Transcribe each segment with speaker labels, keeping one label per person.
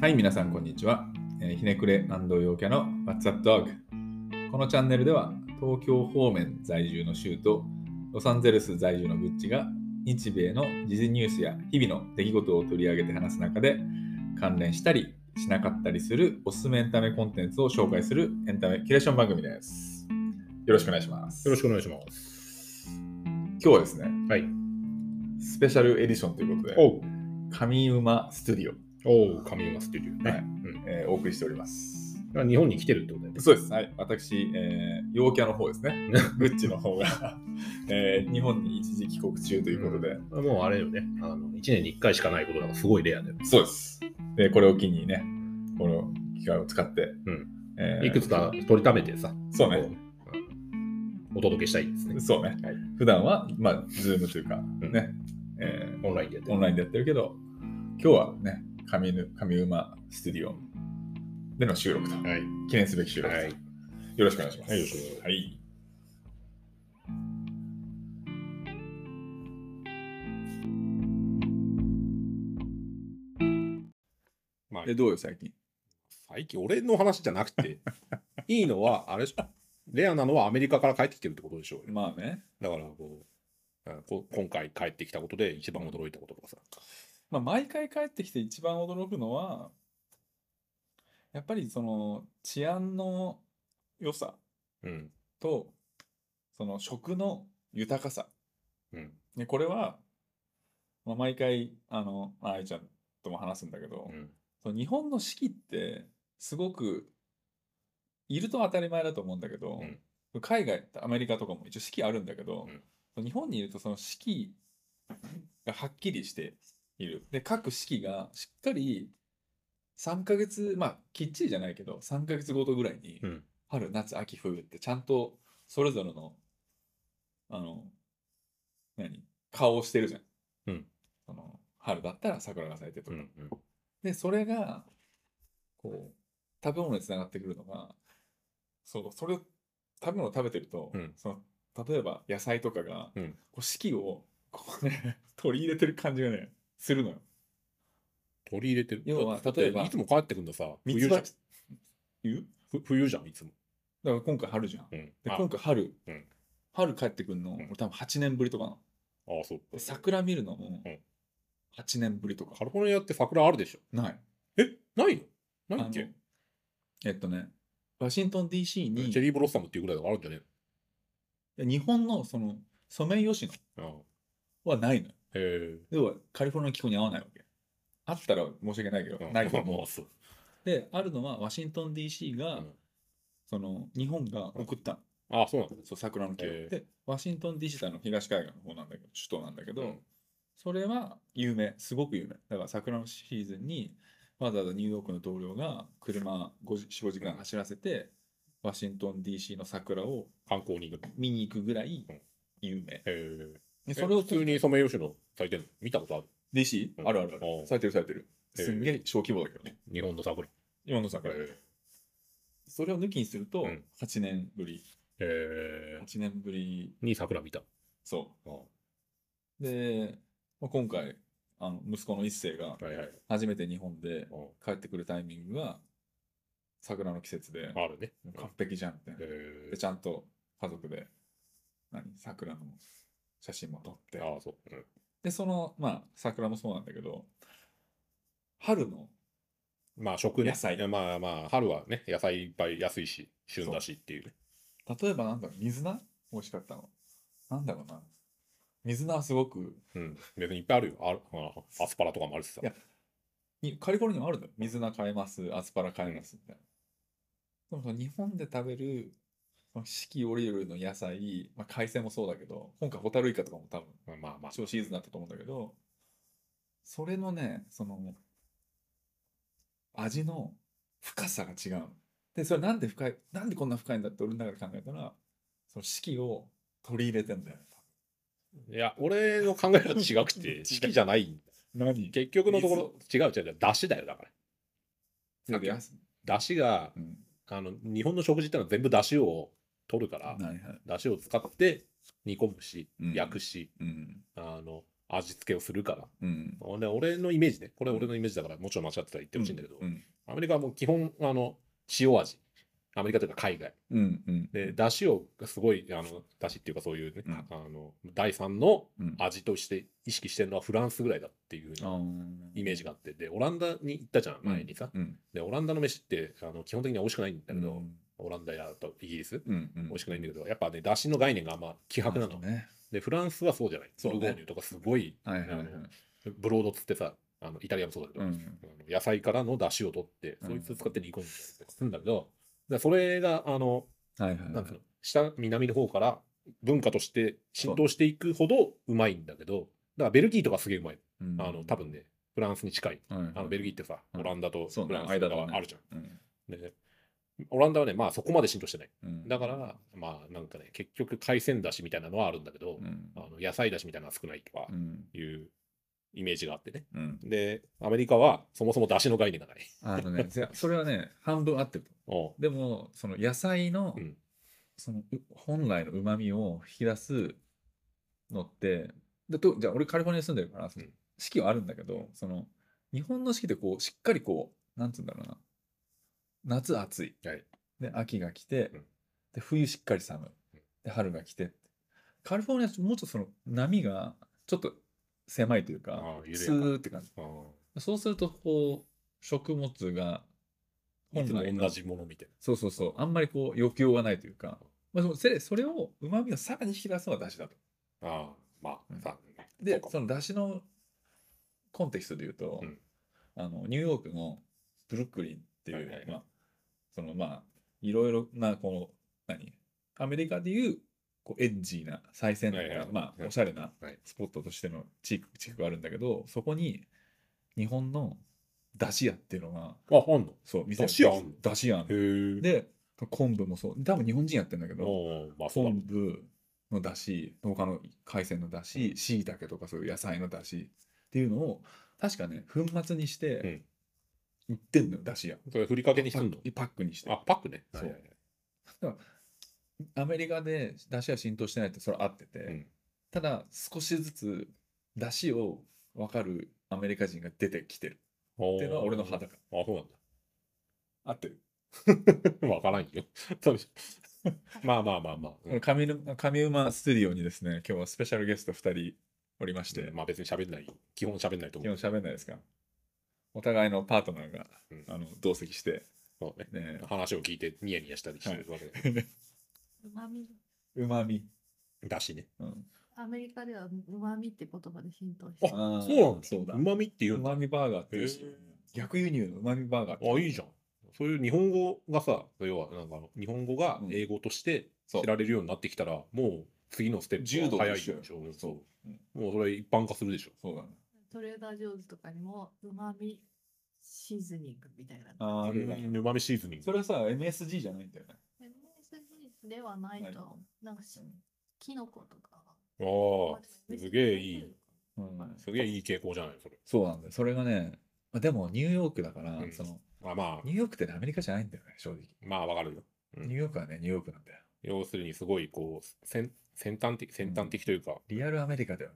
Speaker 1: はい、皆さん、こんにちは。えーひねくれ陽キャの What's Up Dog。このチャンネルでは、東京方面在住の州とロサンゼルス在住のグッチが、日米の時事ニュースや日々の出来事を取り上げて話す中で、関連したりしなかったりするおすすめエンタメコンテンツを紹介するエンタメキュレーション番組です。よろしくお願いします。
Speaker 2: よろしくお願いします。
Speaker 1: 今日はですね、
Speaker 2: はい。
Speaker 1: スペシャルエディションということで、
Speaker 2: おう、
Speaker 1: 上馬スタジオ、
Speaker 2: おう、神山スタジオね。
Speaker 1: はい
Speaker 2: うん
Speaker 1: えーお送りしております。
Speaker 2: だから日本に来てるってことだよね。
Speaker 1: そうです。はい。私、えー陽キャの方です ね。グッチの方が、 えー日本に一時帰国中ということで。
Speaker 2: うんもうあれよね。あの1年に1回しかないことだからすごいレアだよ。
Speaker 1: そうです。で、これを機にね、この機会を使って、
Speaker 2: うん
Speaker 1: えー
Speaker 2: いくつか取りためてさ、
Speaker 1: そう
Speaker 2: こう
Speaker 1: ね。
Speaker 2: うんお届けしたいですね。
Speaker 1: そうね。
Speaker 2: はい
Speaker 1: 普段は、まあ、ズームというか、
Speaker 2: ん
Speaker 1: ね、え
Speaker 2: オンラインでやっ
Speaker 1: ー
Speaker 2: て
Speaker 1: オンラインでやってるけど、今日はね、上ぬ上馬スタジオでの収録と、
Speaker 2: はい。
Speaker 1: 記念すべき収録と、
Speaker 2: はい
Speaker 1: よろしくお願いします。
Speaker 2: はいよろしくお願いします
Speaker 1: はい
Speaker 2: まあ
Speaker 1: えどうよ、最近。
Speaker 2: 最近俺の話じゃなく て、いいのは、あれでしょレアなのはアメリカから帰ってきてるってことでしょうよ。
Speaker 1: まあね、
Speaker 2: だからこうあこ、今回帰ってきたことで一番驚いたこととかさ。
Speaker 1: まあ、毎回帰ってきて一番驚くのは、やっぱりその治安の良さ
Speaker 2: うん。
Speaker 1: と、その食の豊かさ。
Speaker 2: うん。
Speaker 1: ね、これは、まあ、毎回、あの、まあ愛ちゃんとも話すんだけど、
Speaker 2: うん。
Speaker 1: その日本の四季って、すごく、いると当たり前だと思うんだけど、
Speaker 2: うん
Speaker 1: 海外ってアメリカとかも一応四季あるんだけど、日本にいるとその四季がはっきりしているで各四季がしっかり3ヶ月まあきっちりじゃないけど3ヶ月ごとぐらいに
Speaker 2: うん
Speaker 1: 春夏秋冬ってちゃんとそれぞれのあの何顔をしてるじゃん、
Speaker 2: うん
Speaker 1: その春だったら桜が咲いてと
Speaker 2: う
Speaker 1: か、
Speaker 2: ん。うん
Speaker 1: で、それが、こう、食べ物につながってくるのが、そう、それを、食べ物を食べてると、
Speaker 2: うん
Speaker 1: その、例えば野菜とかが、
Speaker 2: うん
Speaker 1: こう四季を、こうね、 取り入れてる感じがね、するのよ。
Speaker 2: 取り入れてる。
Speaker 1: 要は
Speaker 2: だって
Speaker 1: 例えば
Speaker 2: いつも帰ってくんださ、
Speaker 1: ミ
Speaker 2: 冬
Speaker 1: ツ
Speaker 2: じゃ
Speaker 1: バ
Speaker 2: ん。
Speaker 1: チ、言う
Speaker 2: ふ冬じゃん、いつも。
Speaker 1: だから今回春じゃん。
Speaker 2: う
Speaker 1: で、
Speaker 2: ん。あ
Speaker 1: 今回春
Speaker 2: うん、
Speaker 1: 春帰ってくるの、
Speaker 2: ん
Speaker 1: 俺多分8年ぶりとかなの。
Speaker 2: ああ、そう
Speaker 1: で桜見るのも
Speaker 2: うん、
Speaker 1: 8年ぶりとか
Speaker 2: カ。ルフォルニアって桜あるでしょ。
Speaker 1: ない。
Speaker 2: え、ないのない
Speaker 1: あ
Speaker 2: っけ
Speaker 1: のえっとね、ワシントン DC
Speaker 2: チ
Speaker 1: に、
Speaker 2: ェリーブロッサムっていうぐらいだからあるんじゃね
Speaker 1: 日本のその、ソメイヨシノ
Speaker 2: えの
Speaker 1: はないのよ。
Speaker 2: ああへ
Speaker 1: 要はカリフォルニアの気候に合わないわけ。あったら申し訳ないけど、
Speaker 2: え。
Speaker 1: ないと
Speaker 2: も
Speaker 1: 思
Speaker 2: うそう。
Speaker 1: う。で、あるのはワシントン DC が、
Speaker 2: うん
Speaker 1: その日本が送ったの、
Speaker 2: ああ、そうなんだ。
Speaker 1: そう桜の木を、
Speaker 2: へえ
Speaker 1: で、ワシントン DC ってあの東海岸の方なんだけど、首都なんだけど、
Speaker 2: うん
Speaker 1: それは有名、すごく有名。だから桜のシーズンにわざわざニューヨークの同僚が車5時4、5時間走らせて、ワシントン DC の桜を
Speaker 2: 観光に行く。へ
Speaker 1: 見に行くぐらい有名。
Speaker 2: え。
Speaker 1: で
Speaker 2: え
Speaker 1: それを
Speaker 2: 普通にソメイヨシノ咲いてるの見たことある
Speaker 1: DC?
Speaker 2: うん
Speaker 1: あるあるあ
Speaker 2: お
Speaker 1: る。
Speaker 2: う
Speaker 1: 咲いてる咲いてる。
Speaker 2: へえ
Speaker 1: すんげえ小規模だけどね。
Speaker 2: 日本の桜。へ
Speaker 1: 今の桜。それを抜きにすると
Speaker 2: うん、
Speaker 1: 8年ぶり、
Speaker 2: え。
Speaker 1: 8年ぶり、
Speaker 2: に桜見た。あ
Speaker 1: そ
Speaker 2: あは
Speaker 1: う。で、まあ、今回、あの息子の一世が
Speaker 2: いはい。
Speaker 1: 初めて日本で
Speaker 2: あ
Speaker 1: 帰ってくるタイミングが桜の季節で、
Speaker 2: あるね。
Speaker 1: 完璧じゃんみたいな。
Speaker 2: へ
Speaker 1: で、ちゃんと家族で、何、桜の写真も撮っ
Speaker 2: え。
Speaker 1: て。
Speaker 2: ああ、そう。うん
Speaker 1: で、その、まあ、桜もそうなんだけど、春の、
Speaker 2: まあ、食ね。
Speaker 1: 野菜
Speaker 2: いやまあまあ、春はね、野菜いっぱい安いし、旬だしっていうね。
Speaker 1: 例えばなんだろう、水菜美味しかったの。なんだろうな。水菜はすごく、
Speaker 2: うん。別にいっぱいあるよ。あるあアスパラとかもあるしさ
Speaker 1: い。やにカリフォルニアもあるのよ。水菜買えます、アスパラ買えますみたいな。でもその日本で食べる、その四季折々の野菜、まあ、海鮮もそうだけど、今回ホタルイカとかも多分、
Speaker 2: まあまあまあ。
Speaker 1: 超シーズンだったと思うんだけど、それのね、その、味の深さが違う。で、それなんで深い、なんでこんな深いんだって俺の中で考えたら、その四季を取り入れてんだよ。
Speaker 2: いや、俺の考え方 違くて、四季じゃない。
Speaker 1: 何
Speaker 2: 結局のところ、違う違う違う、だしだよ、だから。
Speaker 1: なんで安
Speaker 2: だしが
Speaker 1: う、ん。
Speaker 2: あの、日本の食事ってのは全部だしを取るから
Speaker 1: は、いはい。
Speaker 2: だしを使って煮込むし、
Speaker 1: うん
Speaker 2: 焼くし、
Speaker 1: うん。
Speaker 2: あの、味付けをするから。
Speaker 1: うん。
Speaker 2: 俺俺のイメージね。これ俺のイメージだから、もちろん間違ってたら言ってほしいんだけど、
Speaker 1: うん。
Speaker 2: アメリカはもう基本、あの、塩味。アメリカというか海外。
Speaker 1: うん。うん。
Speaker 2: で、出汁をすごい、あの、出汁っていうかそういうね、
Speaker 1: うん
Speaker 2: あの、第三の
Speaker 1: うん。
Speaker 2: 味として意識してるのはフランスぐらいだっていうふう
Speaker 1: あ
Speaker 2: な
Speaker 1: ー
Speaker 2: イメージがあって、で、オランダに行ったじゃん、前にさ。
Speaker 1: うん。
Speaker 2: で、オランダの飯って、あの、基本的には美味しくないんだけど、
Speaker 1: うん
Speaker 2: オランダやとイギリス、
Speaker 1: うん。うん
Speaker 2: 美味しくないんだけど、やっぱね、出汁の概念があんま希薄な
Speaker 1: あそ
Speaker 2: の
Speaker 1: う。ね。
Speaker 2: で、フランスはそうじゃない。
Speaker 1: そうね
Speaker 2: ブルゴーニュとかすごい、
Speaker 1: はいはいはい。
Speaker 2: ブロードっつってさ、あのイタリアもそうだけど、
Speaker 1: うん。
Speaker 2: あの野菜からの出汁を取って、
Speaker 1: うん
Speaker 2: そいつ使って煮込んでとかするんだけど、でそれが、あの、
Speaker 1: はいはい
Speaker 2: なん
Speaker 1: は
Speaker 2: ていうの、下、南の方から文化として浸透していくほどうまいんだけど、だからベルギーとかすげえうまい。
Speaker 1: い。うん
Speaker 2: あの、多分ね、フランスに近い。
Speaker 1: はいはい
Speaker 2: あのベルギーってさ、
Speaker 1: うん
Speaker 2: オランダと
Speaker 1: そうね
Speaker 2: フランスとか
Speaker 1: 間だ
Speaker 2: は
Speaker 1: ね
Speaker 2: あるじゃん。
Speaker 1: うん
Speaker 2: でオランダはね、まあそこまで浸透してない。
Speaker 1: うん
Speaker 2: だから、まあなんかね、結局海鮮だしみたいなのはあるんだけど、
Speaker 1: うん
Speaker 2: あの野菜だしみたいなのは少ないとか
Speaker 1: うん
Speaker 2: いうイメージがあってね。
Speaker 1: うん
Speaker 2: で、アメリカはそもそもだしの概念がない。
Speaker 1: あのね、せそれはね、半分合ってると。
Speaker 2: おう
Speaker 1: でも、その野菜の、
Speaker 2: うん
Speaker 1: そのう本来の旨味を引き出すのって、でとじゃあ俺カリフォルニアに住んでるから、その
Speaker 2: うん
Speaker 1: 四季はあるんだけど、その日本の四季ってこう、しっかりこう、なんつうんだろうな。夏暑い。
Speaker 2: はい
Speaker 1: で、秋が来て、
Speaker 2: うん
Speaker 1: で、冬しっかり寒い。で、春が来て。カリフォルニアってもうちょっとその波がちょっと狭いというか
Speaker 2: ああ緩、やか
Speaker 1: スーって感じ。
Speaker 2: あ
Speaker 1: そうすると、こう、食物が
Speaker 2: あい
Speaker 1: 本
Speaker 2: つも
Speaker 1: 来の
Speaker 2: 同じものみたい
Speaker 1: そうそうそう。あんまりこう、欲求がないというか、まあ、でもそれそれを、うまみをさらに引き出すのが出汁だと。
Speaker 2: な。ああま
Speaker 1: うん
Speaker 2: あ、さ、
Speaker 1: で、
Speaker 2: そう
Speaker 1: そ
Speaker 2: か
Speaker 1: の出汁のコンテキストで言うと、
Speaker 2: うん
Speaker 1: あの、ニューヨークのブルックリンっていう、
Speaker 2: はいはい
Speaker 1: まあ、そのまあ、いろいろな、この、何アメリカでいう、こう、エッジーな、最先端な、
Speaker 2: はいはい
Speaker 1: まあ、
Speaker 2: はい
Speaker 1: おしゃれな
Speaker 2: はい
Speaker 1: スポットとしての地域地区があるんだけど、そこに、日本の出汁屋っていうのが、
Speaker 2: あ、あんの
Speaker 1: そう、店が
Speaker 2: 出汁屋あんの
Speaker 1: 出汁屋あんの
Speaker 2: へえ。
Speaker 1: で昆布もそう多分日本人やってんだけど
Speaker 2: おうまあそうだ
Speaker 1: 昆布のだし他の海鮮のだししいたけとかそういう野菜のだしっていうのを確かね粉末にして売ってんのよだしや
Speaker 2: それふりかけにすんの
Speaker 1: パックにして
Speaker 2: あ、パックね。
Speaker 1: そう
Speaker 2: はいはいはい
Speaker 1: アメリカでだしは浸透してないってそれ合ってて、
Speaker 2: うん
Speaker 1: ただ少しずつだしを分かるアメリカ人が出てきてる
Speaker 2: おう
Speaker 1: っていうのは俺の肌
Speaker 2: あ
Speaker 1: 感、
Speaker 2: そうなんだ。
Speaker 1: 合ってる
Speaker 2: わからんよ。そうでし ょまあまあまあまあ。うん
Speaker 1: 上沼上馬スタジオにですね今日はスペシャルゲスト2人おりまして、
Speaker 2: まあ別に喋んない。基本喋んないと
Speaker 1: 基
Speaker 2: 思
Speaker 1: 本
Speaker 2: う。
Speaker 1: 喋んないですかお互いのパートナーが、
Speaker 2: うん
Speaker 1: あの同席して、
Speaker 2: そうね。
Speaker 1: ね、
Speaker 2: 話を聞いてニヤニヤしたりしてるわけで。
Speaker 3: うまみ、
Speaker 1: うまみ、
Speaker 2: だしね。
Speaker 1: うん、
Speaker 3: アメリカではうまみって言葉で浸透し
Speaker 2: あ
Speaker 3: てる、
Speaker 1: あー
Speaker 2: そうなんだ。
Speaker 1: そうだ
Speaker 2: うまみって言
Speaker 1: う
Speaker 2: うんだ。
Speaker 1: まみバーガーっていうし
Speaker 2: へー
Speaker 1: 逆輸入のうまみバーガーって
Speaker 2: あ、いいじゃん。そういう日本語がさ、要はなんかあの日本語が
Speaker 1: うん
Speaker 2: 英語として
Speaker 1: そう
Speaker 2: 知られるようになってきたら、もう次のステッ
Speaker 1: 柔
Speaker 2: プ
Speaker 1: 道
Speaker 2: は早
Speaker 1: と
Speaker 2: い
Speaker 1: 一緒
Speaker 2: でしょ。
Speaker 1: そう、うん、
Speaker 2: もうそれ一般化するでしょ。
Speaker 1: そうだね
Speaker 3: トレーダージョーズとかにもうまみシーズニングみたいな。
Speaker 1: あーあるね
Speaker 2: うまみシーズニング。
Speaker 1: それはさ MSG じゃないんだよね
Speaker 3: MSG ではないと思う、なんかしキノコとか。
Speaker 2: あ
Speaker 3: ま
Speaker 2: あ
Speaker 3: あ、でも
Speaker 2: すげえいい。
Speaker 1: うん、
Speaker 2: すげえいい傾向じゃないそれ。
Speaker 1: そうなんだよそれがねまあでもニューヨークだから、
Speaker 2: うん
Speaker 1: その
Speaker 2: まあまあ、
Speaker 1: ニューヨークってねアメリカじゃないんだよね正直
Speaker 2: まあわかるよ。うん
Speaker 1: ニューヨークはねニューヨークなんだよ
Speaker 2: 要するにすごいこう、先先端的、先端的というか、
Speaker 1: リアルアメリカだよ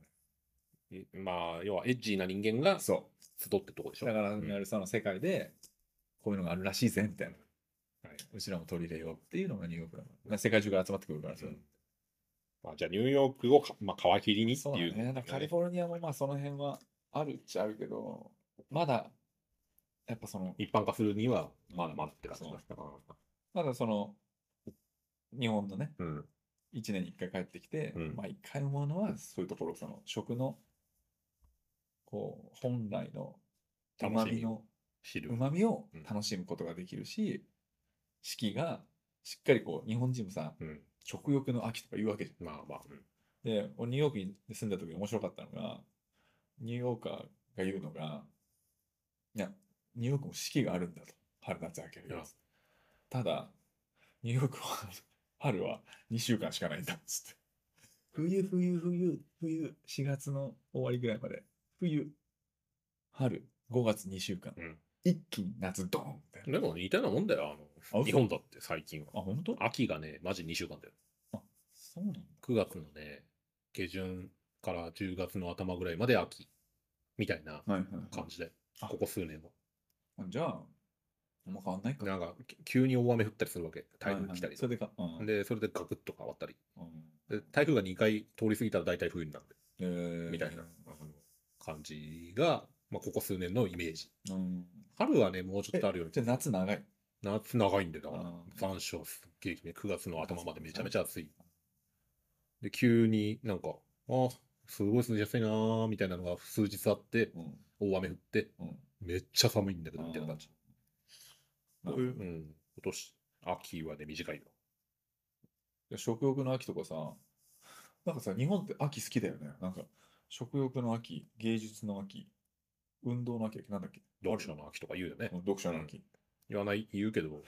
Speaker 1: ね
Speaker 2: いまあ、要はエッジーな人間が集
Speaker 1: そう
Speaker 2: ってとこでしょ。
Speaker 1: だから、
Speaker 2: うん
Speaker 1: やるその世界で、こういうのがあるらしいぜ、みたいな。
Speaker 2: はい、
Speaker 1: うちらも取り入れようっていうのがニューヨークだから。世界中から集まってくるから、それ
Speaker 2: うんまあ、じゃあニューヨークをか、まあ、皮切りにって
Speaker 1: そうだ
Speaker 2: い
Speaker 1: ねだ
Speaker 2: う。。
Speaker 1: からカリフォルニアもまあその辺はあるっちゃあるけど、まだ、やっぱその、
Speaker 2: 一般化するには、まだまだって感じ
Speaker 1: そう
Speaker 2: だったか
Speaker 1: まだその、日本のね、
Speaker 2: な。うん。
Speaker 1: 1年に1回帰ってきて、
Speaker 2: うん
Speaker 1: まあ1回思うのは、そういうところ、その、食の、こう、本来の、うま
Speaker 2: 楽し
Speaker 1: み
Speaker 2: みを
Speaker 1: の
Speaker 2: 知る。
Speaker 1: うまみを楽しむことができるし、四季がしっかりこう、日本人もさ、
Speaker 2: うん。
Speaker 1: 食欲の秋とか言うわけじ
Speaker 2: まあまあ、うん
Speaker 1: ゃん。で、俺ニューヨークに住んだ時面白かったのが、ニューヨーカーが言うのが、いや、ニューヨークも四季があるんだと。春夏秋冬
Speaker 2: いや
Speaker 1: ただ、ニューヨークは春は2週間しかないんだっつって。冬、冬、冬、冬、4月の終わりぐらいまで。冬、春、5月2週間。
Speaker 2: うん
Speaker 1: 一気に夏ドーンみたいな。
Speaker 2: でも似たようなもんだよ、あ
Speaker 1: そう
Speaker 2: の、日本だって最近は。
Speaker 1: あ、本当
Speaker 2: 秋がね、マジ2週間だよ。
Speaker 1: そうなんだ。
Speaker 2: 9月のね、下旬から10月の頭ぐらいまで秋みたいな
Speaker 1: はいはい
Speaker 2: 感じで、
Speaker 1: あ
Speaker 2: ここ数年は。
Speaker 1: はい。じゃあ、あんま変わんないか。
Speaker 2: なんかき急に大雨降ったりするわけ、台
Speaker 1: はい
Speaker 2: 風
Speaker 1: はい
Speaker 2: 来たり
Speaker 1: それでか。うん
Speaker 2: で、それでガクッと変わったり。
Speaker 1: うん
Speaker 2: で台風が2回通り過ぎたら大体冬になる
Speaker 1: えー
Speaker 2: みたいな感じが、まあ、ここ数年のイメージ。
Speaker 1: うん
Speaker 2: 春はね、もうちょっとあるように
Speaker 1: じゃあ夏長い。
Speaker 2: 夏長いんでだから
Speaker 1: うん
Speaker 2: 残暑すっげえね9月の頭までめちゃめちゃ暑いで急になんかあすごい涼しい安いなーみたいなのが数日あって
Speaker 1: うん
Speaker 2: 大雨降って
Speaker 1: うん
Speaker 2: めっちゃ寒いんだけどみたいな感じ
Speaker 1: な
Speaker 2: こういう、うん、今年秋はね短いよ
Speaker 1: 食欲の秋とかさ、なんかさ、日本って秋好きだよね。なんか、食欲の秋、芸術の秋、運動の秋だっけ、なんだっけ、
Speaker 2: 読書の秋とか言うよね
Speaker 1: 読書の秋。
Speaker 2: 言わない言うけど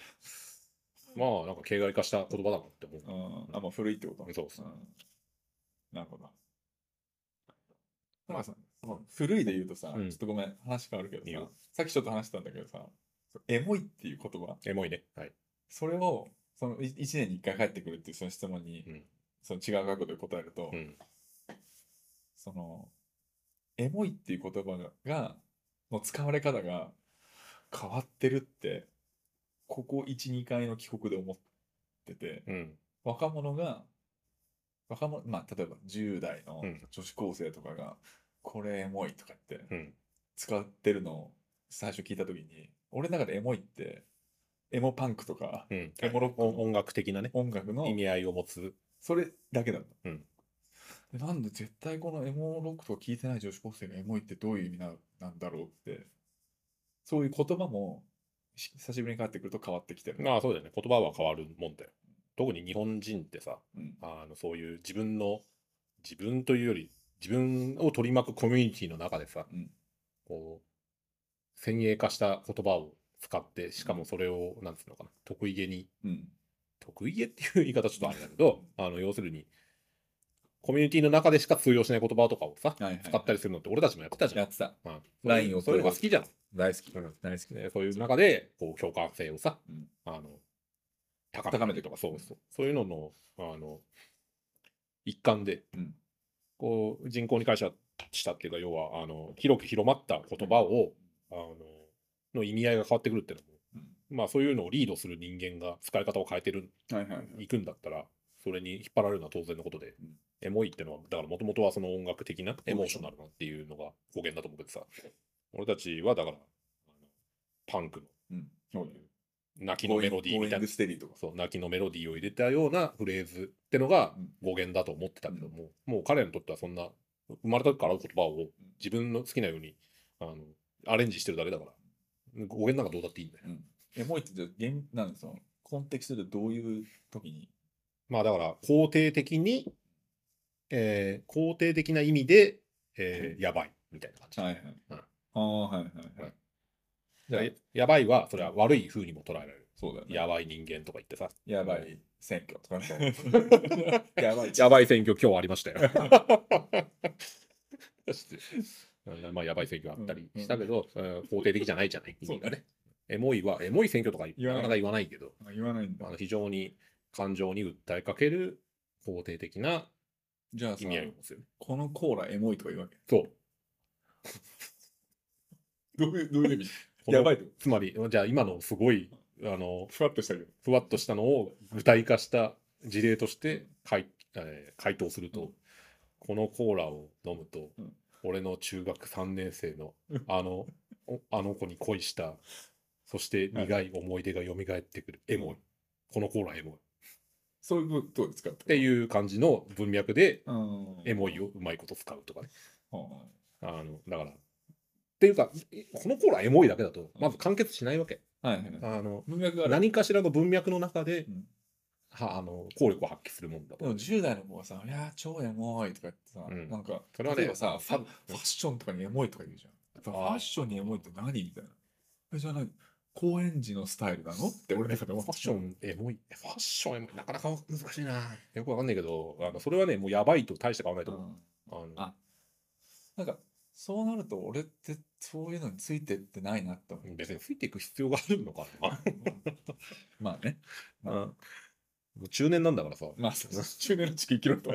Speaker 2: まあなんか形骸化した言葉だなって思う
Speaker 1: うんあ、まあ古いってこと
Speaker 2: そうそう
Speaker 1: うんなるほど。なんかさ、古いで言うとさ、
Speaker 2: うん
Speaker 1: ちょっとごめん、話変わるけ
Speaker 2: いい
Speaker 1: どさ
Speaker 2: よ、
Speaker 1: さっきちょっと話したんだけどさ、エモいっていう言葉、
Speaker 2: エモいねはい
Speaker 1: それを、その1年に1回返ってくるっていうその質問に、
Speaker 2: うん
Speaker 1: その違う角度で答えると、
Speaker 2: うん
Speaker 1: その、エモいっていう言葉が、がの使われ方が変わってるって、ここ1、2回の帰国で思ってて、
Speaker 2: うん
Speaker 1: 若者が、若者、まあ、例えば10代の
Speaker 2: うん
Speaker 1: 女子高生とかが、これエモいとか言って
Speaker 2: うん
Speaker 1: 使ってるのを最初聞いたときに、俺の中でエモいって、エモパンクとか、
Speaker 2: うん
Speaker 1: エモロック
Speaker 2: 音楽的なね
Speaker 1: 音楽の
Speaker 2: 意味合いを持つ
Speaker 1: それだけだった。
Speaker 2: うん
Speaker 1: でなんで絶対このエモロックとか聞いてない女子高生がエモいってどういう意味ななんだろうって、そういう言葉もし久しぶりに帰ってくると変わってきてる。
Speaker 2: まあそうだよね言葉は変わるもんだよ特に日本人ってさ
Speaker 1: うん
Speaker 2: あのそういう自分の自分というより自分を取り巻くコミュニティの中でさ、
Speaker 1: うん
Speaker 2: こう先鋭化した言葉を使ってしかもそれをなんつうのかな得意げに
Speaker 1: うん。
Speaker 2: 得意げっていう言い方ちょっとあれだけどあの要するにコミュニティの中でしか通用しない言葉とかをさ
Speaker 1: はいはい
Speaker 2: 使ったりするのって俺たちもやってたじゃ
Speaker 1: や
Speaker 2: ん。
Speaker 1: ってた。
Speaker 2: うん
Speaker 1: ラインを
Speaker 2: そういうのが好きじゃん。
Speaker 1: 大好き
Speaker 2: うん
Speaker 1: 大好きだよ。
Speaker 2: でそういう中でこう共感性をさ、
Speaker 1: うん
Speaker 2: あの高
Speaker 1: 高め
Speaker 2: め
Speaker 1: て
Speaker 2: てとかそうそうそういうののあの一環で、
Speaker 1: うん
Speaker 2: こう人口に感謝したっていうか要はあの広く広まった言葉をあのの意味合いが変わってくるっていうのも、まあ、そういうのをリードする人間が使い方を変えてる、
Speaker 1: はいはいはい。
Speaker 2: い、くんだったらそれに引っ張られるのは当然のことで、
Speaker 1: うん
Speaker 2: エモいってのはだからもともとはその音楽的なエモーショナルなっていうのが語源だと思うけどさ俺たちはだからあのパンクの
Speaker 1: うん。そういう
Speaker 2: 泣きのメロディーみたい
Speaker 1: ゴイング
Speaker 2: な
Speaker 1: ステリーとか。
Speaker 2: そう泣きのメロディーを入れたようなフレーズってのが
Speaker 1: うん
Speaker 2: 語源だと思ってたけども、もう彼らにとってはそんな生まれた時からある言葉を自分の好きなようにあのアレンジしてるだけだから語源なんかどうだっていいんだよ。
Speaker 1: うん。エモいってじゃあ現なんでそのコンテキストでどういう時に。
Speaker 2: まあだから肯定的に、えー肯定的な意味で、えーやばいみたいな感じ。
Speaker 1: はいはい
Speaker 2: うん。
Speaker 1: ああはいはいは
Speaker 2: はいい。じゃあ
Speaker 1: じゃあ
Speaker 2: やばいはそれは悪い風にも捉えられる。
Speaker 1: そうだよね。
Speaker 2: やばい人間とか言ってさ。
Speaker 1: やばい選挙とかね。 やばい。
Speaker 2: やばい選挙今日ありました よ。まあやばい選挙あったりしたけど、うん肯定的じゃないじゃない。意味がね。エモいは、エモい選挙とか
Speaker 1: 言わ
Speaker 2: な
Speaker 1: ない
Speaker 2: かなか言わないけど、
Speaker 1: あ言わないんだ
Speaker 2: あ。の非常に感情に訴えかける肯定的な
Speaker 1: じゃあさ
Speaker 2: 意、味合いを持つよね。
Speaker 1: このコーラエモいとか言うわけ。
Speaker 2: そう。
Speaker 1: どういう、どういう意味
Speaker 2: この
Speaker 1: やばいってこ
Speaker 2: つまり、じゃあ今のすごい、あの
Speaker 1: と、ふわっとしたけど。
Speaker 2: ふわっとしたのを具体化した事例として回,、えー回答すると、
Speaker 1: うん
Speaker 2: このコーラを飲むと、
Speaker 1: うん
Speaker 2: 俺の中学3年生のあのおあの子に恋したそして苦い思い出が蘇ってくる、エモいこのコーラエモいっ
Speaker 1: そういうことですかってう。
Speaker 2: いう感じの文脈で
Speaker 1: うん。
Speaker 2: エモいをうまいこと使うとかね
Speaker 1: は
Speaker 2: あのだからっていうかえこのコーラエモいだけだとまず完結しないわけ、
Speaker 1: い。はいはいはい。
Speaker 2: あの
Speaker 1: 文脈がある。
Speaker 2: 何かしらの文脈の中で、
Speaker 1: うん
Speaker 2: はあの効力を発揮するもんだと
Speaker 1: でも10代の子はさ、いやー、超エモいとか言ってさ、
Speaker 2: うん
Speaker 1: なんか、
Speaker 2: それはね
Speaker 1: 例えばさファ、
Speaker 2: うん
Speaker 1: ファッションとかにエモいとか言うじゃん。フ
Speaker 2: あー
Speaker 1: ァッションにエモいって何みたいな。え、じゃあ何高円寺のスタイルなのって俺の中で
Speaker 2: フ
Speaker 1: 思
Speaker 2: ァ
Speaker 1: っ
Speaker 2: ッションエモい。ファッションエモい。なかなか難しいな。よくわかんないけど、あのそれはね、もうやばいと大して変わらないと
Speaker 1: う
Speaker 2: 思
Speaker 1: ん
Speaker 2: う。あの
Speaker 1: あなんか、そうなると俺ってそういうのについてってないなって思う。
Speaker 2: 別についていく必要があるのかな。
Speaker 1: まあね。 まあ
Speaker 2: もう中年なんだからさ。
Speaker 1: まあ、中年の地域生きろと。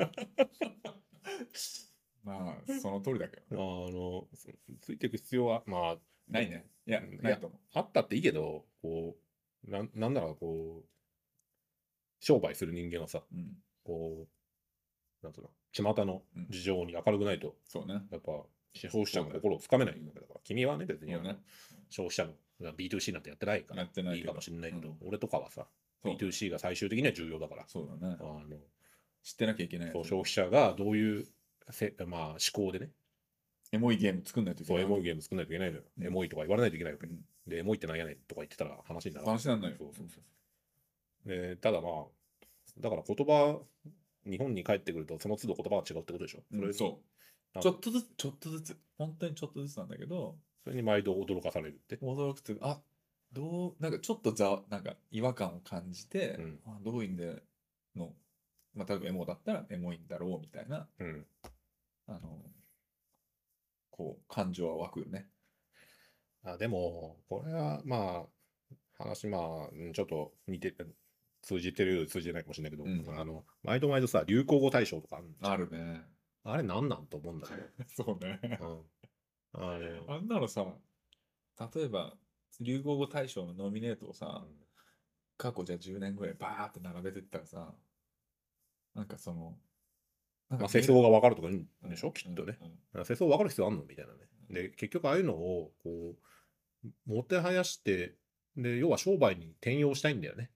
Speaker 1: まあ、その通りだけど。
Speaker 2: あのつついていく必要はまあ
Speaker 1: ないね。いや、
Speaker 2: うん
Speaker 1: ないと思
Speaker 2: あったっていいけどこうなんなんだろうこう商売する人間はさ
Speaker 1: う。うん。
Speaker 2: こうなんつうの巷の事情に明るくないと、
Speaker 1: そうね。
Speaker 2: やっぱ消費者の心をつかめないんだから君はね別にあの
Speaker 1: そうね
Speaker 2: 消費者の B2C なんてやってないから
Speaker 1: やってない
Speaker 2: い
Speaker 1: けど
Speaker 2: かもしれないけど、
Speaker 1: うん
Speaker 2: 俺とかはさ
Speaker 1: そう
Speaker 2: B2C が最終的には重要だから
Speaker 1: そうだね
Speaker 2: あ。の
Speaker 1: 知ってなきゃいけないやつ
Speaker 2: そう消費者がどういうせ、まあ、思考でね
Speaker 1: エモいゲーム作んないといけ
Speaker 2: そう
Speaker 1: ない。
Speaker 2: エモいゲーム作んないといけないのよ、
Speaker 1: うん
Speaker 2: エモいとか言われないといけないわけ
Speaker 1: うん
Speaker 2: でエモいってなんやねんとか言ってたら話にならない
Speaker 1: 話なんないよ。
Speaker 2: そ
Speaker 1: そうう
Speaker 2: そ
Speaker 1: そうう
Speaker 2: でただまあだから言葉日本に帰ってくるとその都度言葉が違うってことでしょそれ,、
Speaker 1: んそう。ちょっとずつ、ちょっとずつ、本当にちょっとずつなんだけど、
Speaker 2: それに毎度驚かされるって
Speaker 1: 驚くというかあどう、なんかちょっとざわ、なんか違和感を感じて、
Speaker 2: うん
Speaker 1: あどういうんだの、まあ、例えばエモだったらエモいんだろうみたいな、
Speaker 2: うん
Speaker 1: あの、こう、感情は湧くよね。
Speaker 2: あでも、これはまあ、話、まあ、うんちょっと似て、通じてるようで通じてないかもしれないけど、
Speaker 1: うん
Speaker 2: あの、毎度毎度さ、流行語大賞とかある
Speaker 1: あるね。
Speaker 2: あれなんなんと思うんだけ
Speaker 1: そうね。
Speaker 2: ど。うん、 あの
Speaker 1: あんなのさ、例えば、流行語大賞のノミネートをさ、過去じゃあ10年ぐらいバーって並べてったらさ、なんかその、なん
Speaker 2: まあ、
Speaker 1: 見え
Speaker 2: 世
Speaker 1: る
Speaker 2: 相がわかるとか言うんでしょ、きっとね。
Speaker 1: うんうん
Speaker 2: 世相わかる必要あんのみたいなね。
Speaker 1: うん
Speaker 2: で、結局ああいうのを、こう、もてはやして、で、要は商売に転用したいんだよね。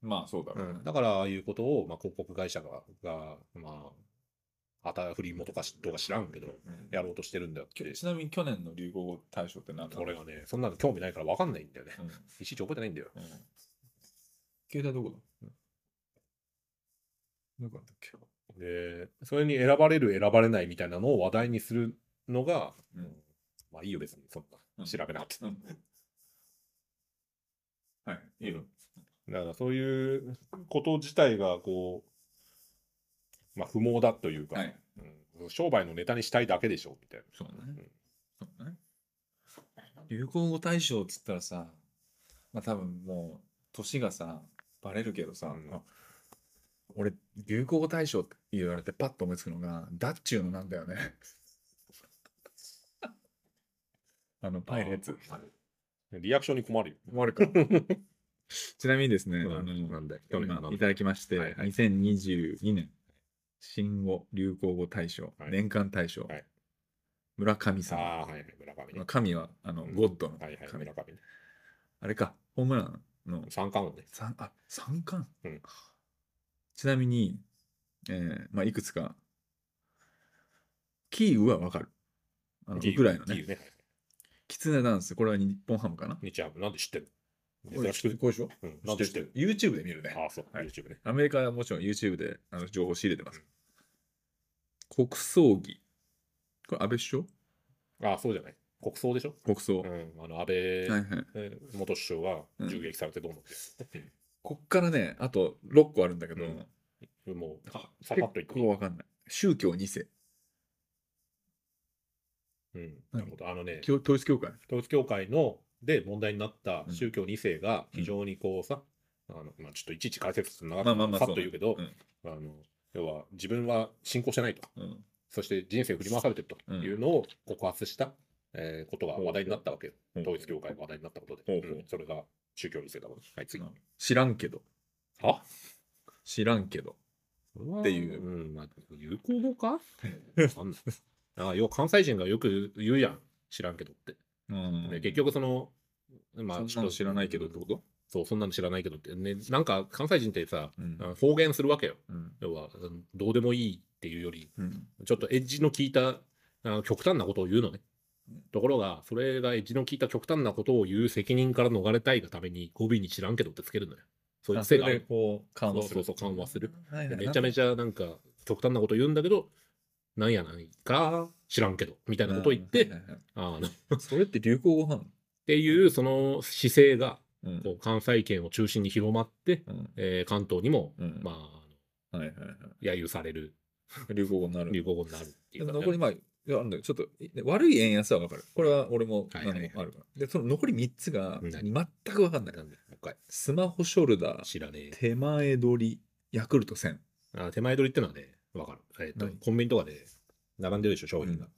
Speaker 1: まあそうだろうね、
Speaker 2: だから、ああいうことを、まあ、広告会社が、がまあ、あたふり元かしどうか知らんけど、
Speaker 1: うん
Speaker 2: やろうとしてるんだよっ
Speaker 1: きょ
Speaker 2: て。
Speaker 1: ちなみに去年の流行語大賞って何だ
Speaker 2: これがね、そんなの興味ないから分かんないんだよね。
Speaker 1: うん、うん
Speaker 2: いちいち覚えてないんだよ。
Speaker 1: 携帯どこだ、どこだったっけ、
Speaker 2: で、それに選ばれる、選ばれないみたいなのを話題にするのが、
Speaker 1: うん
Speaker 2: まあいいよ、別に、そん
Speaker 1: う
Speaker 2: な。
Speaker 1: ん
Speaker 2: 調べなくて。
Speaker 1: はい、いいよ。
Speaker 2: だから、そういうこと自体が、こう、まあ、不毛だというか、
Speaker 1: はい、
Speaker 2: うん商売のネタにしたいだけでしょ、みたい
Speaker 1: そうだね
Speaker 2: うん。
Speaker 1: そうだね流行語大賞っつったらさ、まあ多分もう、年がさ、バレるけどさ、
Speaker 2: うん
Speaker 1: あ俺、流行語大賞って言われてパッと思いつくのが、ダッチューのなんだよね。 あの、パイレーツ。
Speaker 2: な。リアクションに困るよ。
Speaker 1: 困るか。 ちなみにですね、
Speaker 2: うん
Speaker 1: あの
Speaker 2: なんだよ去年の
Speaker 1: 今
Speaker 2: なんだ
Speaker 1: いただきまして、
Speaker 2: はいはい
Speaker 1: 2022年新語・流行語大賞、
Speaker 2: はい
Speaker 1: 年間大賞、
Speaker 2: はい
Speaker 1: 村上
Speaker 2: あ
Speaker 1: さん。
Speaker 2: あ、はいはい、村
Speaker 1: ま
Speaker 2: 上ね
Speaker 1: あ。神はあの、
Speaker 2: うん
Speaker 1: ゴッドの
Speaker 2: はいはい、
Speaker 1: 神
Speaker 2: 村上ね。
Speaker 1: あれか、ホームランの
Speaker 2: 三冠王ね。
Speaker 1: 三あ三冠、
Speaker 2: うん
Speaker 1: ちなみに、えーまあ、いくつか、キーウはわかる。あのウクライナ
Speaker 2: い
Speaker 1: ね。
Speaker 2: いよね。
Speaker 1: キツネダンス、これは日本ハムかな。
Speaker 2: 日ハム、なんで知ってる
Speaker 1: これ
Speaker 2: 珍しく、
Speaker 1: これでしょ
Speaker 2: うん、なんで知ってる
Speaker 1: YouTube で見るね。
Speaker 2: ああ、そう、
Speaker 1: はい
Speaker 2: YouTube ね。
Speaker 1: アメリカはもちろん YouTube であの情報を仕入れてます。国葬儀。これ安倍首
Speaker 2: ああ、そうじゃない。国葬でしょ、
Speaker 1: 相国葬。
Speaker 2: う
Speaker 1: は
Speaker 2: ん、あの安
Speaker 1: い
Speaker 2: 倍
Speaker 1: はい。
Speaker 2: えー元首相が銃撃されてどうのって、
Speaker 1: こっからね、あと6個あるんだけど、
Speaker 2: うんもう、
Speaker 1: あ
Speaker 2: ささっとい
Speaker 1: 結
Speaker 2: く
Speaker 1: 構わかんない。宗教2世。
Speaker 2: うん、
Speaker 1: 何
Speaker 2: なるほどあのね、
Speaker 1: 教統一教会。
Speaker 2: 統一教会ので問題になった
Speaker 1: うん
Speaker 2: 宗教2世が非常にこうさ、あのまあ、ちょっといちいち解説するの長く
Speaker 1: まあまあまあ
Speaker 2: さっと言うけど、
Speaker 1: そうね
Speaker 2: あの要は自分は信仰してないと、
Speaker 1: うん
Speaker 2: そして人生振り回されてるというのを告発した、えーことが話題になったわけよ、
Speaker 1: うん
Speaker 2: 統一教会が話題になったことで、
Speaker 1: ほうほう
Speaker 2: うんそれが宗教2世だもん。はい、次。
Speaker 1: 知らんけど。
Speaker 2: あ
Speaker 1: 知らんけど。
Speaker 2: って
Speaker 1: いう
Speaker 2: うん、まあ、有効語かあんない ああ、要は関西人がよく言うやん。知らんけどって。
Speaker 1: うん
Speaker 2: で結、局、その、まあ、
Speaker 1: そんなの知らないけどってこと
Speaker 2: そう、そんなの知らないけどって。ね、なんか関西人ってさ、
Speaker 1: うん
Speaker 2: あの方言するわけよ。
Speaker 1: うん。
Speaker 2: 要は、うんどうでもいいっていうより、
Speaker 1: うん。
Speaker 2: ちょっとエッジの効いた、あの極端なことを言うのね
Speaker 1: うん。
Speaker 2: ところが、それがエッジの効いた極端なことを言う責任から逃れたいがために、語尾に知らんけどってつけるのよ。そういう
Speaker 1: あそ
Speaker 2: 癖
Speaker 1: れ
Speaker 2: があ
Speaker 1: で
Speaker 2: る。
Speaker 1: こう、緩和する。
Speaker 2: そうそうそう緩和する
Speaker 1: はいはい。
Speaker 2: めちゃめ
Speaker 1: ち
Speaker 2: ちゃなんか極端なこと言うんだけど、なんやないか知らんけど、みたいなことを言って、あのっ
Speaker 1: それって流行語なの
Speaker 2: ていうその姿勢が
Speaker 1: うん
Speaker 2: こう関西圏を中心に広まって、
Speaker 1: うん。
Speaker 2: えー関東にも、
Speaker 1: うん
Speaker 2: まあ
Speaker 1: はいはいはい。
Speaker 2: あの、揶揄される、
Speaker 1: 流行語になる。
Speaker 2: 流行語になるってい
Speaker 1: で
Speaker 2: う
Speaker 1: も
Speaker 2: か、
Speaker 1: 残りまあ、いやあるんだけどちょっといで悪い円安は分かる。これは俺も
Speaker 2: は
Speaker 1: あ
Speaker 2: い
Speaker 1: の
Speaker 2: は
Speaker 1: あ
Speaker 2: いはい
Speaker 1: るから。で、その残り3つが
Speaker 2: うん
Speaker 1: 全く分かんない。
Speaker 2: なんでもう一回
Speaker 1: スマホショルダー、
Speaker 2: 知らねえ。
Speaker 1: 手前取り、ヤクルト1000。
Speaker 2: あ手前取りってのはね、わかる。えっ、と、
Speaker 1: 何
Speaker 2: コンビニとかで、並んでるでしょ、商品が。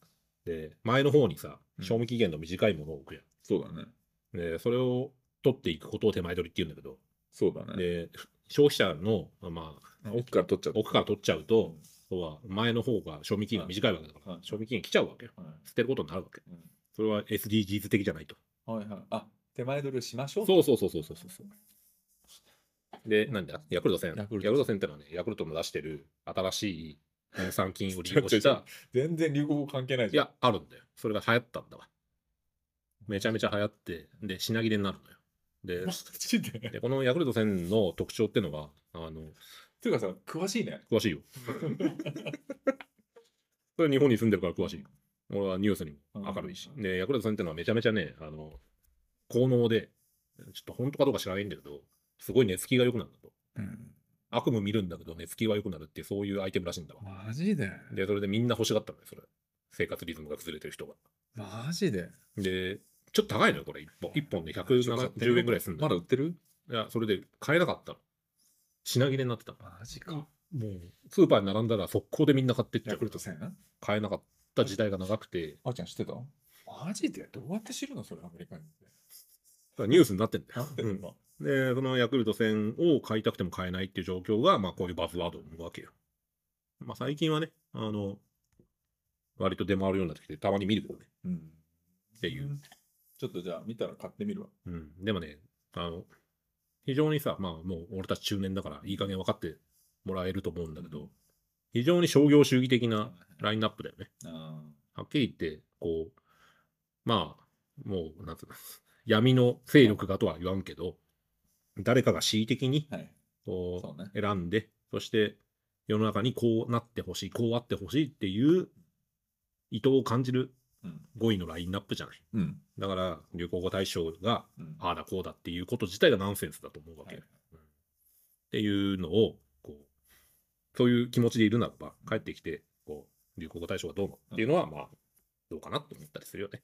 Speaker 2: で、前の方にさ、
Speaker 1: うん
Speaker 2: 賞味期限の短いものを置くや
Speaker 1: そうだね。
Speaker 2: ん。で、それを取っていくことを手前取りって言うんだけど、
Speaker 1: そうだね。
Speaker 2: で、消費者の、まあ、
Speaker 1: 奥から取っちゃった
Speaker 2: 奥から取っちゃうと、要は前の方が賞味期限が短いわけだから、
Speaker 1: はい
Speaker 2: 賞味期限来ちゃうわけよ。
Speaker 1: はい
Speaker 2: 捨てることになるわけ。
Speaker 1: うん
Speaker 2: それは SDGs 的じゃないと。
Speaker 1: はいはい。あ、手前取りをしましょう。
Speaker 2: そうそうそうそうそうそう。で、なんだ、ヤクルト1000。
Speaker 1: ヤ
Speaker 2: ヤ
Speaker 1: ク
Speaker 2: ク
Speaker 1: ル
Speaker 2: ル
Speaker 1: ト
Speaker 2: ト1000ってのはね、ヤクルトの出してる新しい乳酸菌を利用し
Speaker 1: 違う違う 違
Speaker 2: た。
Speaker 1: 全然流行語関係ない
Speaker 2: い
Speaker 1: じゃん。
Speaker 2: や、あるんだよ。それが流行ったんだわ。めちゃめちゃ流行って、で、品切れになるのよ。
Speaker 1: マジで
Speaker 2: で、でこのヤクルト1000の特徴ってのは、あの、
Speaker 1: ていうかさ、詳しいね。
Speaker 2: 詳しい よ。それ日本に住んでるから詳しいよ。俺はニュースにも明るいし。
Speaker 1: うん
Speaker 2: で、ヤクルトさんってのはめちゃめちゃね、あの、効能で、ちょっと本当かどうか知らないんだけど、すごい寝つきが良くなるんだと。悪夢見るんだけど寝つきが良くなるっていうそういうアイテムらしいんだわ。
Speaker 1: マジで
Speaker 2: で、それでみんな欲しがったのよ、それ。生活リズムが崩れてる人が。
Speaker 1: マジで
Speaker 2: で、ちょっと高いのよ、これ、1本。1本で170円ぐらいするんだ
Speaker 1: ま
Speaker 2: よ。
Speaker 1: だ売ってる
Speaker 2: いや、それで買えなかったの。品切れになってたの。
Speaker 1: マジか。
Speaker 2: もう、スーパーに並んだら速攻でみんな買ってっちゃう。
Speaker 1: ヤクルト1000
Speaker 2: 買えなかった時代が長くて、
Speaker 1: あーちゃん知ってたマジでどうやって知るのそれアメリカに。
Speaker 2: ニュースになってんだよ。
Speaker 1: うんの
Speaker 2: で、そのヤクルト戦を買いたくても買えないっていう状況が、まあこういうバズワードを生むわけよ。まあ最近はね、あの、割と出回るようになってきて、たまに見るけどね。
Speaker 1: うん。って
Speaker 2: いう。
Speaker 1: ちょっとじゃあ見たら買ってみるわ。
Speaker 2: うん。でもね、あの、非常にさ、まあもう俺たち中年だから、いい加減分かってもらえると思うんだけど、非常に商業主義的なラインナップだよね。
Speaker 1: あ
Speaker 2: はっきり言って、こう、まあ、もう、なんつうの、闇の勢力がとは言わんけど、誰かが恣意的に
Speaker 1: ーはい。
Speaker 2: こ
Speaker 1: そうね。
Speaker 2: う選んで、そして世の中にこうなってほしい、こうあってほしいっていう意図を感じる
Speaker 1: うん。
Speaker 2: 5位のラインナップじゃない。
Speaker 1: うん。
Speaker 2: だから、流行語大賞が、
Speaker 1: うん
Speaker 2: ああだこうだっていうこと自体がナンセンスだと思うわけ。
Speaker 1: はい
Speaker 2: っていうのを、こう、そういう気持ちでいるならば、帰ってきて、こう、流行語大賞がどうのっていうのは、まあ、どうかなと思ったりするよね。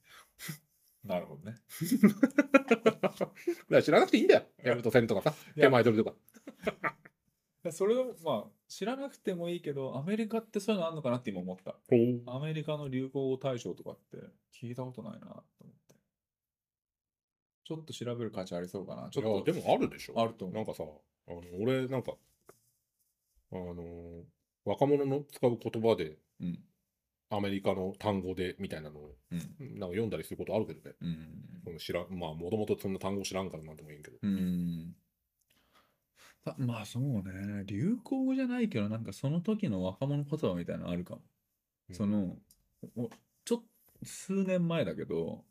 Speaker 1: なるほどね。
Speaker 2: だから知らなくていいんだよ。ヤクルト戦とかさ、
Speaker 1: いや
Speaker 2: 手前取りとか。
Speaker 1: それをまあ知らなくてもいいけど、アメリカってそういうのあんのかなって今思った。アメリカの流行語大賞とかって聞いたことないなと思って。ちょっと調べる価値ありそうかな。ち
Speaker 2: い
Speaker 1: ょ
Speaker 2: や
Speaker 1: っと
Speaker 2: でもあるでしょ。
Speaker 1: あると
Speaker 2: な
Speaker 1: 思
Speaker 2: んかさ、あの俺、なんか、あのー若者の使う言葉で、
Speaker 1: う。うん。
Speaker 2: アメリカの単語でみたいなのを、
Speaker 1: うん。
Speaker 2: なんか読んだりすることあるけどね。
Speaker 1: うん。
Speaker 2: その知らんまあ、もともとそんな単語知らんからなんでもいいけど。
Speaker 1: うん。たまあそうね。流行語じゃないけど、なんかその時の若者言葉みたいなのあるかも。その、おちょっ数年前だけど、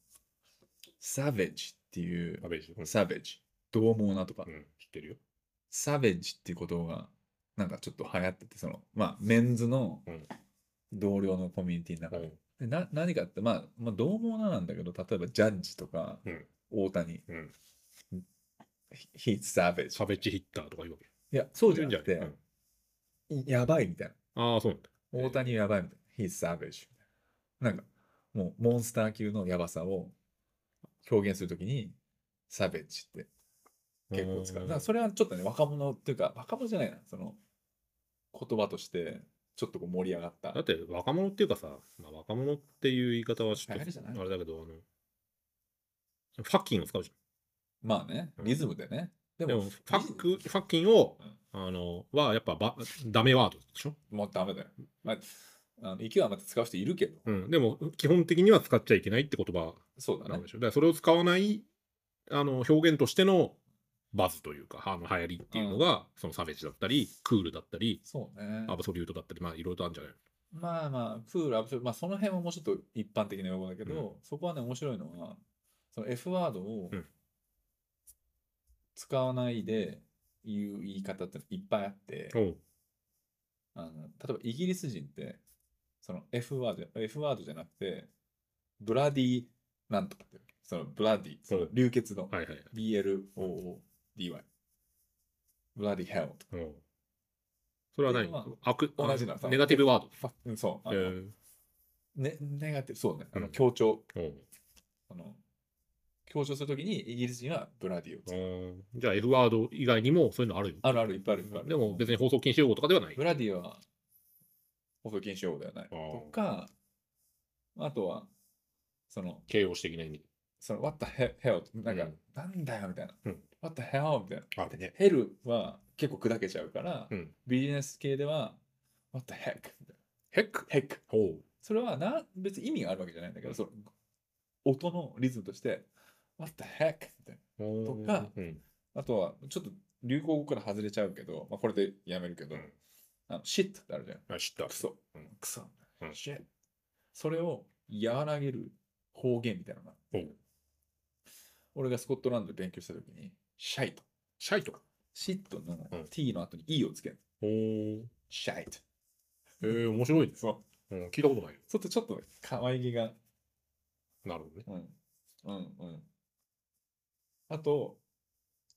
Speaker 1: サベージっていう
Speaker 2: ア、ベージ。うん
Speaker 1: サベージ、獰猛なとか
Speaker 2: う、ん、知ってるよ。
Speaker 1: サベージっていう言葉が、なんかちょっと流行ってて、その、まあ、メンズの
Speaker 2: うん
Speaker 1: 同僚のコミュニティの中で。でな何かって、まあ、まあ、獰猛ななんだけど、例えばジャッジとか、
Speaker 2: うん
Speaker 1: 大谷、
Speaker 2: うん
Speaker 1: ヒーツ・サーベージ。
Speaker 2: サベッジヒッターとか言うわけ。
Speaker 1: いや、そうじ
Speaker 2: い
Speaker 1: ゃ
Speaker 2: うん
Speaker 1: な
Speaker 2: じゃ
Speaker 1: く
Speaker 2: ない
Speaker 1: て、やばいみたいな。
Speaker 2: うんああ、そうなんだ。えー
Speaker 1: 大谷やばいみたいな。He's savage. みたいななんか、もうモンスター級のやばさを表現するときに、サベッジって結構使う。だからそれはちょっとね、若者っていうか、若者じゃないな、その言葉として、ちょっとこう盛り上がった。
Speaker 2: だって若者っていうかさ、まあ、若者っていう言い方はちょっ
Speaker 1: 流行りじゃない
Speaker 2: とあれだけど、あの、ファッキンを使うじ
Speaker 1: まあね、リズムでね。で
Speaker 2: ゃん。で
Speaker 1: も、
Speaker 2: も、ファック、ファッキンを
Speaker 1: うん、
Speaker 2: あの、はやっぱばダメワードでしょ
Speaker 1: もうダメだよ。まあ、あの勢い余って使う人いるけど、
Speaker 2: うん。でも、基本的には使っちゃいけないって言葉
Speaker 1: そうだ
Speaker 2: なん
Speaker 1: ね
Speaker 2: で。しょ。だからそれを使わない、あの、表現としてのバズというか、あの、流行りっていうのが、そのサベージだったり、クールだったり、
Speaker 1: そうね。
Speaker 2: アブソリュートだったり、まあ、いろいろとあるんじゃない
Speaker 1: まあまあ、クール、アブソルまあその辺はもうちょっと一般的な用語だけど、そこはね、面白いのは、その F ワードを
Speaker 2: うん
Speaker 1: 使わないで言う言い方っていっぱいあって、
Speaker 2: おう
Speaker 1: あの例えばイギリス人って、その F ワード、F ワードじゃなくて、ブラディなんとかって、そのブラディ、その流血の、
Speaker 2: はいはい。
Speaker 1: BLOODY、ブラディヘルとか
Speaker 2: うんそれは何
Speaker 1: ま
Speaker 2: 悪、
Speaker 1: 同じな
Speaker 2: あネガティブワード。
Speaker 1: ファうん、そう、あ
Speaker 2: え
Speaker 1: の
Speaker 2: ー
Speaker 1: ね、ネガティブ、そうね、あの
Speaker 2: うん
Speaker 1: 強調。
Speaker 2: うん
Speaker 1: あの、強調するときにイギリス人はブラディを使う。
Speaker 2: うんじゃあ F ワード以外にもそういうのあるよ。
Speaker 1: あるある、いっぱいある、いっぱいある。
Speaker 2: でも別に放送禁止用語とかではない
Speaker 1: ブ。ラディは、放送禁止用語ではない。
Speaker 2: あー
Speaker 1: とか、あとは、その、
Speaker 2: 形容詞的な意味で。
Speaker 1: その、what the he- hell? なんか、
Speaker 2: うん
Speaker 1: なんだよみたいな。
Speaker 2: うん
Speaker 1: what the hell? みたいな。
Speaker 2: あれね。
Speaker 1: ヘルは結構砕けちゃうから、
Speaker 2: うん
Speaker 1: ビジネス系では、what the heck? みたいな
Speaker 2: ヘック。
Speaker 1: ヘック。
Speaker 2: おう。
Speaker 1: それはな、別に意味があるわけじゃないんだけど、その音のリズムとして、what the heck? みたいな。
Speaker 2: と
Speaker 1: か
Speaker 2: うん。
Speaker 1: あとは、ちょっと流行語から外れちゃうけど、まあ、これでやめるけど、
Speaker 2: うん
Speaker 1: あの、shit ってあるじゃん。
Speaker 2: あ知った。
Speaker 1: クソ
Speaker 2: うん。
Speaker 1: クソ
Speaker 2: うん。
Speaker 1: shit。それを和らげる方言みたいなのがある
Speaker 2: うん
Speaker 1: 俺がスコットランドで勉強したときに、シャイト。
Speaker 2: シャイとか。
Speaker 1: シットの
Speaker 2: うん
Speaker 1: t の後に e をつける。
Speaker 2: おお。え
Speaker 1: シャイト。
Speaker 2: ー、面白いね。
Speaker 1: そう。
Speaker 2: うん、聞いたことないよ。
Speaker 1: そうするとちょっと可愛げが。
Speaker 2: なるほどね。
Speaker 1: うん。うんうん。あと、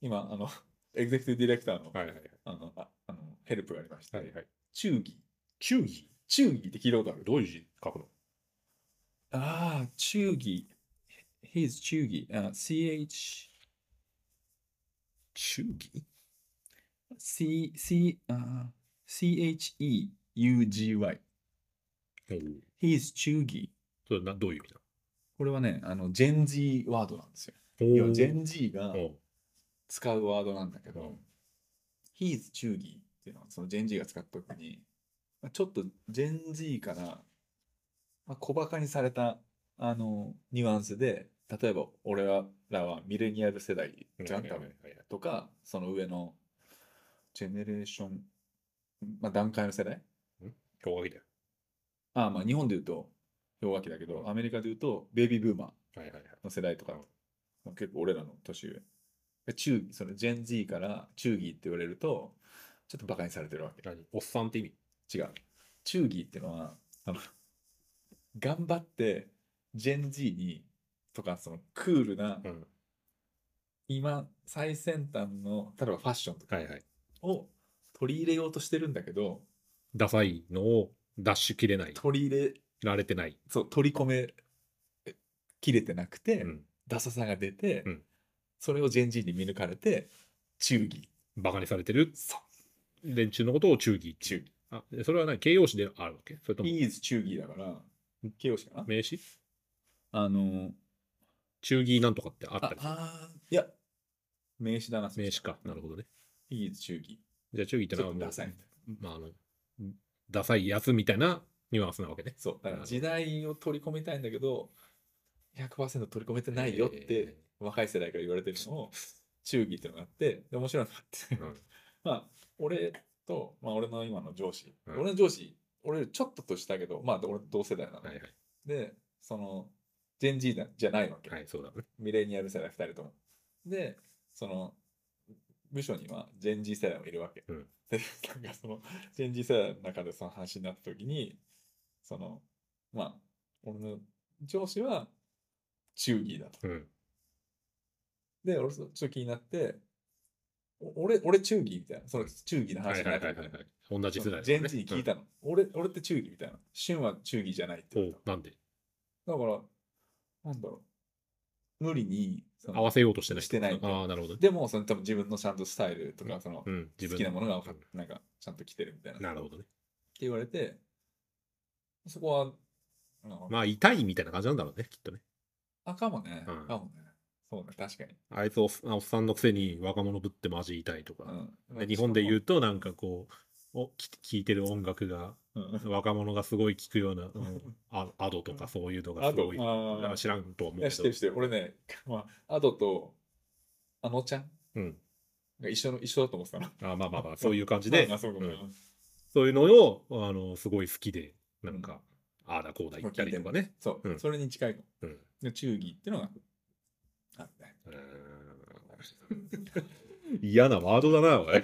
Speaker 1: 今、あの、 エグゼクティブディレクターの、
Speaker 2: はいはいはい。
Speaker 1: あの、ああのヘルプがありまして、
Speaker 2: はいはい。
Speaker 1: 忠義。
Speaker 2: 忠義
Speaker 1: 忠義って聞いたことある
Speaker 2: どういう字書くの
Speaker 1: ああ、忠義。He's 忠義。あ CH、
Speaker 2: 忠義
Speaker 1: C、C、あ CHEUGY。
Speaker 2: おお。
Speaker 1: He's 忠義。
Speaker 2: それなどういう意味だ
Speaker 1: これはね、あの、ジェン Z ワードなんですよ。要
Speaker 2: お
Speaker 1: は
Speaker 2: お。
Speaker 1: ジェン Z が
Speaker 2: おう
Speaker 1: 使うワードなんだけ
Speaker 2: う
Speaker 1: ど
Speaker 2: ん、
Speaker 1: He's 忠義っていうのは、そのジェン Z が使った時に、まあちょっとジェン Z から、まあ、小馬鹿にされた、あの、ニュアンスで、例えば、俺らはミレニアル世代じゃん、多分。
Speaker 2: はいはいはい
Speaker 1: とか、その上のジェネレーション、まあ、段階の世代
Speaker 2: 氷河期だよ。
Speaker 1: ああまあ日本で言うと氷河期だけど、アメリカで言うとベイビーブーマー
Speaker 2: はいはいはい。
Speaker 1: の世代とか、まあ、結構俺らの年上。で忠義そのジェン Z から忠義って言われると、ちょっとバカにされてるわけ。
Speaker 2: 何おっさんって意味
Speaker 1: 違う。忠義ってのは、あの頑張ってジェン Z にとか、そのクールな、
Speaker 2: うん。
Speaker 1: 今最先端の、例えばファッションとか
Speaker 2: はいはい。
Speaker 1: を取り入れようとしてるんだけど、
Speaker 2: ダサいのをダッシュ切れない、
Speaker 1: 取り入れ
Speaker 2: られてない。
Speaker 1: そう取り込めえ切れてなくて、
Speaker 2: うん。
Speaker 1: ダサさが出て、
Speaker 2: うん
Speaker 1: それをジェンジーに見抜かれて忠義
Speaker 2: バカにされてる
Speaker 1: そ
Speaker 2: 連中のことを忠義。
Speaker 1: 忠義
Speaker 2: あ、それは何形容詞であるわけそれとも
Speaker 1: イーズ忠義だから形容詞かな
Speaker 2: 名詞
Speaker 1: あの
Speaker 2: 忠義なんとかってあっ
Speaker 1: あ
Speaker 2: たりする
Speaker 1: あーいや名詞だな
Speaker 2: 名詞か。なるほどね。
Speaker 1: イーズ忠義
Speaker 2: じゃあ忠義って
Speaker 1: ち
Speaker 2: の
Speaker 1: ょ
Speaker 2: は
Speaker 1: っ
Speaker 2: も
Speaker 1: とダ
Speaker 2: う
Speaker 1: サいみたいな
Speaker 2: まあ、あの、ダサいやつみたいなニュアンスなわけね。
Speaker 1: そうだから
Speaker 2: なるほど
Speaker 1: 時代を取り込みたいんだけど100%取り込めてないよって若い世代から言われてるのを忠義っていうのがあってで面白いのがあって
Speaker 2: えー。うん
Speaker 1: まあ、俺と、まあ、俺の今の上司、
Speaker 2: うん
Speaker 1: 俺の上司、俺よりちょっと年だけど、まあ、俺と同世代なの、
Speaker 2: はい
Speaker 1: で、その、ジェンジーじゃないわけ、
Speaker 2: はい。はい、そうだね。
Speaker 1: ミレニアル世代2人とも。で、その、部署にはジェンジー世代もいるわけ。
Speaker 2: うん
Speaker 1: で、なんかその、ジェンジー世代の中でその話になった時に、その、まあ、俺の上司は、忠義だと。
Speaker 2: うん。
Speaker 1: で、俺、ちょっと気になって、お俺、俺、忠義みたいな、その忠義の
Speaker 2: はい
Speaker 1: 話にな
Speaker 2: はいは
Speaker 1: っ
Speaker 2: い
Speaker 1: た時
Speaker 2: はい
Speaker 1: に
Speaker 2: はい。同じ世代だね、
Speaker 1: ジェンジに聞いたの。俺、俺って忠義みたいな。シュンは忠義じゃないって
Speaker 2: う
Speaker 1: 言
Speaker 2: ん
Speaker 1: っ
Speaker 2: おなんで
Speaker 1: た。だから、なんだろう。無理に、その
Speaker 2: 合わせようとしてない。
Speaker 1: してない
Speaker 2: ああ、なるほどね。
Speaker 1: でも、その多分自分のちゃんとスタイルとか、その、
Speaker 2: うん、自
Speaker 1: 好き
Speaker 2: 分
Speaker 1: なものが分かっなんか、ちゃんと着てるみたいな。っ
Speaker 2: なるほどね。
Speaker 1: て言われて、そこは、なんか
Speaker 2: まあ、痛いみたいな感じなんだろうね、きっとね。
Speaker 1: あかもね。
Speaker 2: うん
Speaker 1: かもね。そうね、確かに。
Speaker 2: あいつおっおっさんのくせに若者ぶってマジ痛いとか。
Speaker 1: うん
Speaker 2: で日本で言うと、なんかこう、おき聴いてる音楽が、
Speaker 1: うん。
Speaker 2: 若者がすごい聴くような、うん、あアドとかそういうのが
Speaker 1: あ
Speaker 2: すごい。
Speaker 1: と、あ
Speaker 2: あ知らんとは思
Speaker 1: いうや、知って
Speaker 2: け
Speaker 1: る
Speaker 2: ど。
Speaker 1: 知ってる。俺ね、まあ、アドと、あのちゃん
Speaker 2: うん。
Speaker 1: が一緒の、一緒だと思ってたの。
Speaker 2: あまあまあまあ、そういう感じで、
Speaker 1: あそうか
Speaker 2: う
Speaker 1: も
Speaker 2: んそういうのを、あの、すごい好きで、なんか、ああだこうだ言ったりとかね。
Speaker 1: そう、
Speaker 2: うん
Speaker 1: それに近いかも。
Speaker 2: うん。
Speaker 1: で、忠義ってのがあるね。
Speaker 2: うーん嫌なワードだな、おい。